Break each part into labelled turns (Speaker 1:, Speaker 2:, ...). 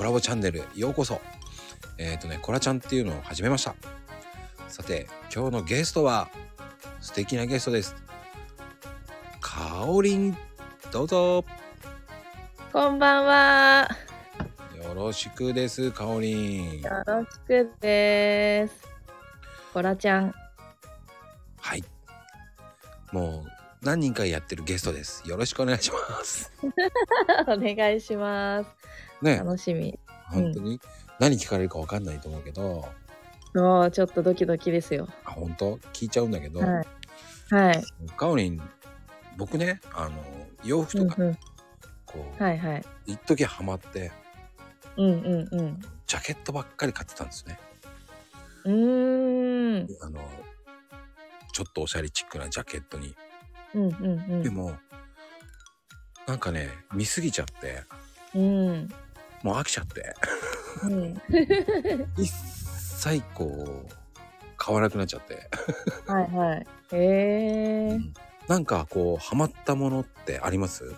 Speaker 1: ラボチャンネルへようこそ。えっ、とね、コラちゃんっていうのを始めました。さて、今日のゲストは素敵なゲストです。かおりん、どうぞ。
Speaker 2: こんばんは。
Speaker 1: よろしくです、かおりん。
Speaker 2: よろしくです。コラちゃん。
Speaker 1: はい。もう何人かやってるゲストです。よろしくお願いします。
Speaker 2: お願いします。
Speaker 1: ね、
Speaker 2: 楽しみ。
Speaker 1: 本当に何聞かれるかわかんないと思うけど、
Speaker 2: もうちょっとドキドキですよ。
Speaker 1: あ本当聞いちゃうんだけど、
Speaker 2: はいはい。
Speaker 1: カオリン僕ねあの洋服
Speaker 2: う
Speaker 1: と
Speaker 2: ん
Speaker 1: か
Speaker 2: うん。
Speaker 1: こう、
Speaker 2: はいはい。
Speaker 1: 一時ハマって
Speaker 2: うんうんうん。
Speaker 1: ジャケットばっかり買ってたんですね。
Speaker 2: うーん。
Speaker 1: あのちょっとおしゃれチックなジャケットに。
Speaker 2: うんうん
Speaker 1: でもなんかね見すぎちゃって
Speaker 2: うん。うん。
Speaker 1: もう飽きちゃって
Speaker 2: うん。
Speaker 1: 一切こう買わなくなっちゃって。
Speaker 2: はいはい。へ
Speaker 1: う
Speaker 2: え。
Speaker 1: んなんかこうハマったものってあります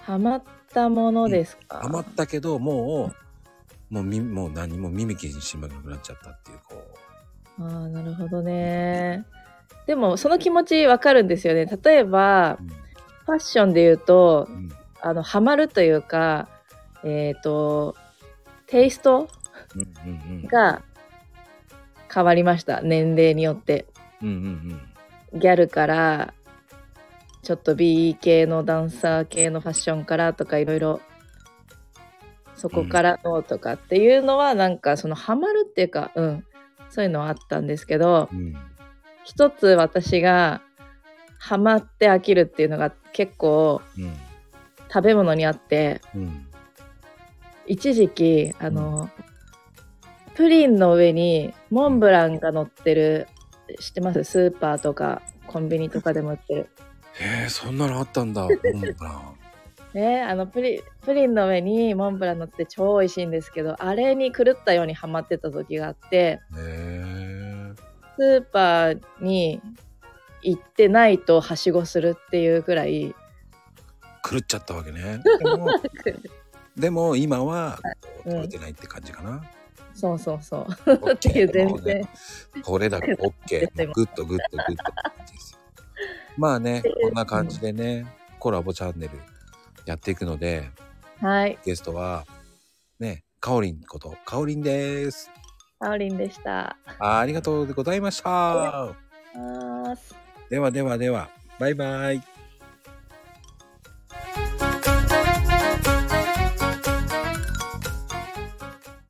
Speaker 2: ハマったものですか。
Speaker 1: ハマったけどもうもうみもう何も耳きにしなくなっちゃったっていうこ
Speaker 2: ああ、なるほどね。でもその気持ちわかるんですよね。例えば
Speaker 1: う、
Speaker 2: ファッションで言うと
Speaker 1: う、ん
Speaker 2: あのハマるというかえっ、とテイスト
Speaker 1: うんうん
Speaker 2: が変わりました年齢によって
Speaker 1: うんうんうん
Speaker 2: ギャルからちょっと B 系のダンサー系のファッションからとかいろいろそこからのとかっていうのはなんかそのハマるっていうかうんそういうのはあったんですけど
Speaker 1: うんうん
Speaker 2: 一つ私がハマって飽きるっていうのが結構
Speaker 1: うん
Speaker 2: 食べ物にあって
Speaker 1: うん
Speaker 2: 一時期あの、プリンの上にモンブランが乗ってる知ってますスーパーとかコンビニとかでも売ってる
Speaker 1: へえそんなのあったんだモンブラン
Speaker 2: ねあのプリプリンの上にモンブラン乗って超美味しいんですけどあれに狂ったようにハマってた時があって
Speaker 1: へ
Speaker 2: スーパーに行ってないとはしごするっていうくらい
Speaker 1: え狂っちゃったわけね でもでも今はこう
Speaker 2: うん
Speaker 1: 取れてないって感じかな、
Speaker 2: そうそうそう
Speaker 1: オッケ
Speaker 2: って
Speaker 1: ー
Speaker 2: いう全然
Speaker 1: もうねこれだ け OK もうグッとグッとグッとって感じですよまあねこんな感じでね、コラボチャンネルやっていくので
Speaker 2: はい
Speaker 1: ゲストはねかおりんことかおりんです
Speaker 2: サオリンでした
Speaker 1: あありがとうございました
Speaker 2: あー
Speaker 1: ではではではバイバイ